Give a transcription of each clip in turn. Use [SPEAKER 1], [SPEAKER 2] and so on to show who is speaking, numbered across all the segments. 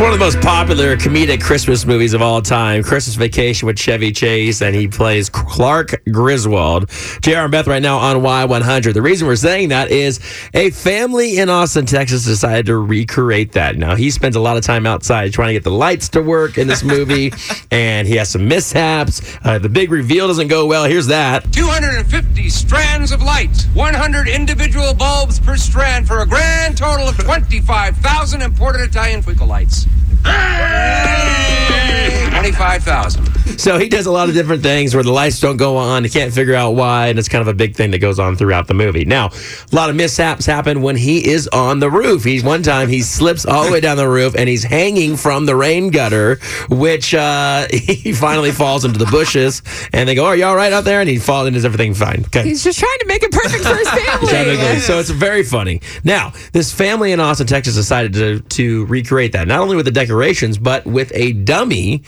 [SPEAKER 1] one of the most popular comedic Christmas movies of all time, Christmas Vacation with Chevy Chase, and he plays Clark Griswold. JR and Beth right now on Y100. The reason we're saying that is a family in Austin, Texas decided to recreate that. Now, he spends a lot of time outside trying to get the lights to work in this movie, and he has some mishaps. Uh, the big reveal doesn't go well. Here's that.
[SPEAKER 2] 250 strands of lights, 100 individual bulbs per strand for a grand total of 25,000 imported Italian twinkle lights. 25,000.
[SPEAKER 1] So he does a lot of different things where the lights don't go on. He can't figure out why, and it's kind of a big thing that goes on throughout the movie. Now, a lot of mishaps happen when he is on the roof. He's one time he slips all the way down the roof and he's hanging from the rain gutter, which uh, he finally falls into the bushes. And they go, "Are you all right out there?" And he falls and is everything fine? Okay.
[SPEAKER 3] He's just trying to make it perfect for his family.
[SPEAKER 1] Exactly. So it's very funny. Now, this family in Austin, Texas decided to, to recreate that, not only with the decorations, but with a dummy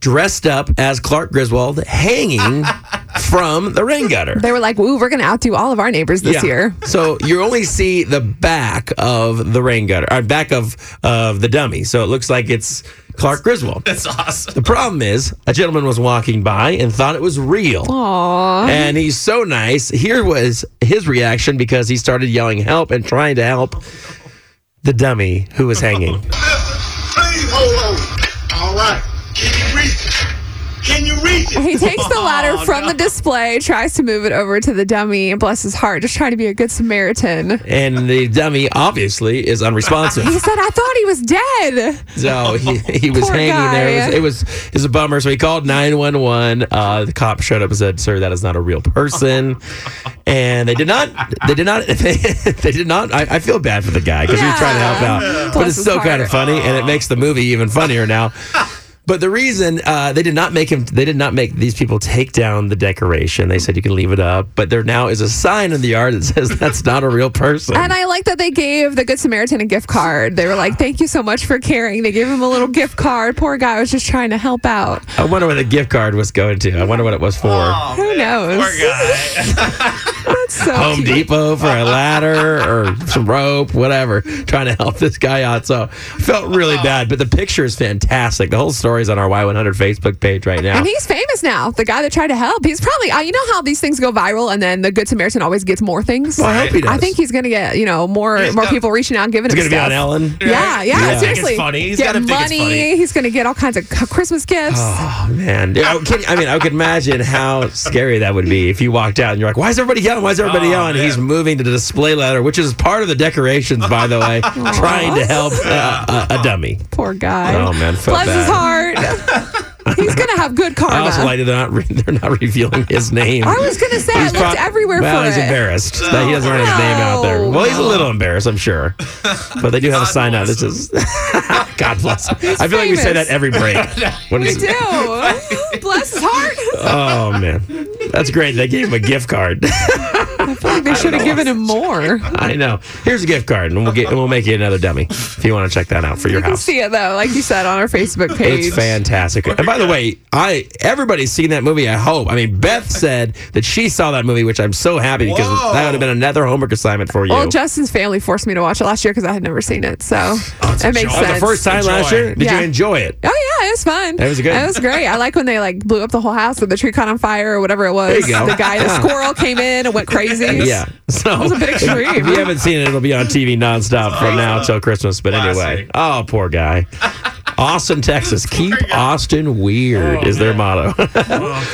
[SPEAKER 1] dressed up as Clark Griswold hanging from the rain gutter.
[SPEAKER 3] They were like, "Woo, we're going to outdo all of our neighbors this
[SPEAKER 1] Yeah.
[SPEAKER 3] year."
[SPEAKER 1] So you only see the back of the rain gutter, or back of, of the dummy. So it looks like it's Clark Griswold.
[SPEAKER 4] That's awesome.
[SPEAKER 1] The problem is, a gentleman was walking by and thought it was real.
[SPEAKER 3] Aww.
[SPEAKER 1] And he's so nice. Here was his reaction because he started yelling help and trying to help the dummy who was hanging.
[SPEAKER 5] Please hold on. All right. Can you reach it? Can you reach it?
[SPEAKER 3] He takes the ladder
[SPEAKER 4] Oh,
[SPEAKER 3] from the display, tries to move it over to the dummy, and bless his heart, just trying to be a good Samaritan.
[SPEAKER 1] And the dummy obviously is unresponsive.
[SPEAKER 3] He said, I thought he was dead.
[SPEAKER 1] So he, he was
[SPEAKER 3] Poor
[SPEAKER 1] hanging there.
[SPEAKER 3] guy.
[SPEAKER 1] It was, it was it was a bummer. So he called nine one one. Uh, The cop showed up and said, "Sir, that is not a real person." And they did not. They did not. They, did not. I, I feel bad for the guy because he was trying to help out,
[SPEAKER 3] Yeah.
[SPEAKER 1] but
[SPEAKER 3] Bless
[SPEAKER 1] it's
[SPEAKER 3] his
[SPEAKER 1] still kind of
[SPEAKER 3] heart.
[SPEAKER 1] funny, and it makes the movie even funnier now. But the reason uh, they did not make him, they did not make these people take down the decoration. They said you can leave it up, but there now is a sign in the yard that says that's not a real person.
[SPEAKER 3] And I like that they gave the Good Samaritan a gift card. They were like, Thank you so much for caring. They gave him a little gift card. Poor guy was just trying to help out.
[SPEAKER 1] I wonder what the gift card was going to. I wonder what it was for.
[SPEAKER 3] Who knows?
[SPEAKER 4] Oh, Poor guy.
[SPEAKER 3] That's so
[SPEAKER 1] Home
[SPEAKER 3] cute.
[SPEAKER 1] Depot for a ladder or some rope, whatever, trying to help this guy out. So I felt really
[SPEAKER 3] Oh.
[SPEAKER 1] bad, but the picture is fantastic. The whole story is on our Y100 Facebook page right now.
[SPEAKER 3] And he's famous now. The guy that tried to help, he's probably, uh, you know how these things go viral and then the Good Samaritan always gets more things?
[SPEAKER 1] Well, I hope he does.
[SPEAKER 3] I think he's going to get, you know, more
[SPEAKER 4] He's
[SPEAKER 3] more
[SPEAKER 4] got-
[SPEAKER 3] people reaching out and giving
[SPEAKER 1] it's going
[SPEAKER 3] him
[SPEAKER 1] to be
[SPEAKER 3] stuff.
[SPEAKER 1] on Ellen.
[SPEAKER 3] Yeah, yeah,
[SPEAKER 1] gotta think
[SPEAKER 4] it's
[SPEAKER 3] seriously.
[SPEAKER 4] funny. He's
[SPEAKER 3] Get
[SPEAKER 4] gotta think it's
[SPEAKER 3] money.
[SPEAKER 4] funny.
[SPEAKER 3] He's going to get all kinds of c- Christmas gifts.
[SPEAKER 1] Oh, man. Yeah, I can- I mean, I could imagine how scary that would be if you walked out and you're like, why is everybody yelling? Why is everybody
[SPEAKER 4] Oh,
[SPEAKER 1] yelling?
[SPEAKER 4] man.
[SPEAKER 1] He's moving to the display ladder, which is part of the decorations, by the way, trying to help uh, a, a dummy.
[SPEAKER 3] Poor guy.
[SPEAKER 1] Oh, man, felt
[SPEAKER 3] Bless his
[SPEAKER 1] bad.
[SPEAKER 3] heart. he's going to have good
[SPEAKER 1] I
[SPEAKER 3] karma.
[SPEAKER 1] also like that they're not, re- they're not revealing his name.
[SPEAKER 3] I was going to say, I
[SPEAKER 1] He's
[SPEAKER 3] looked
[SPEAKER 1] prob-
[SPEAKER 3] everywhere
[SPEAKER 1] well,
[SPEAKER 3] for
[SPEAKER 1] he's
[SPEAKER 3] it.
[SPEAKER 1] embarrassed that he doesn't want his name out there.
[SPEAKER 3] No.
[SPEAKER 1] Well, he's a little embarrassed, I'm sure. But they do have a sign out. This is God bless. Him. I feel like we say that
[SPEAKER 3] famous.
[SPEAKER 1] every break. What
[SPEAKER 3] We
[SPEAKER 1] is it?
[SPEAKER 3] do. Bless his heart.
[SPEAKER 1] Oh man, that's great. They gave him a gift card.
[SPEAKER 3] I feel like they should have given him more.
[SPEAKER 1] I know. Here's a gift card, and we'll get and we'll make you another dummy if you want to check that out for your
[SPEAKER 3] You can
[SPEAKER 1] house.
[SPEAKER 3] see it though, like you said on our Facebook page.
[SPEAKER 1] It's fantastic. And by the way, I everybody's seen that movie. I hope. I mean, Beth said that she saw that movie, which I'm so happy because
[SPEAKER 4] Whoa.
[SPEAKER 1] that would have been another homework assignment for you.
[SPEAKER 3] Well, Justin's family forced me to watch it last year because I had never seen it, so it makes
[SPEAKER 1] Oh, the
[SPEAKER 3] sense.
[SPEAKER 1] first time
[SPEAKER 4] Enjoy.
[SPEAKER 1] last year. Did
[SPEAKER 3] Yeah.
[SPEAKER 1] you enjoy it?
[SPEAKER 3] Oh yeah, it was fun.
[SPEAKER 1] That was good.
[SPEAKER 3] It was great. I like when they like blew up the whole house and the tree caught on fire or whatever it was.
[SPEAKER 1] you go.
[SPEAKER 3] The guy, the squirrel came in and went crazy.
[SPEAKER 1] Yeah. So
[SPEAKER 3] was a bit extreme.
[SPEAKER 1] If you haven't seen it, it'll be on TV nonstop from
[SPEAKER 3] Uh,
[SPEAKER 1] now till Christmas. But anyway,
[SPEAKER 4] Classic.
[SPEAKER 1] oh poor
[SPEAKER 3] Oh,
[SPEAKER 1] guy. Austin, Texas. Keep Austin weird is their motto.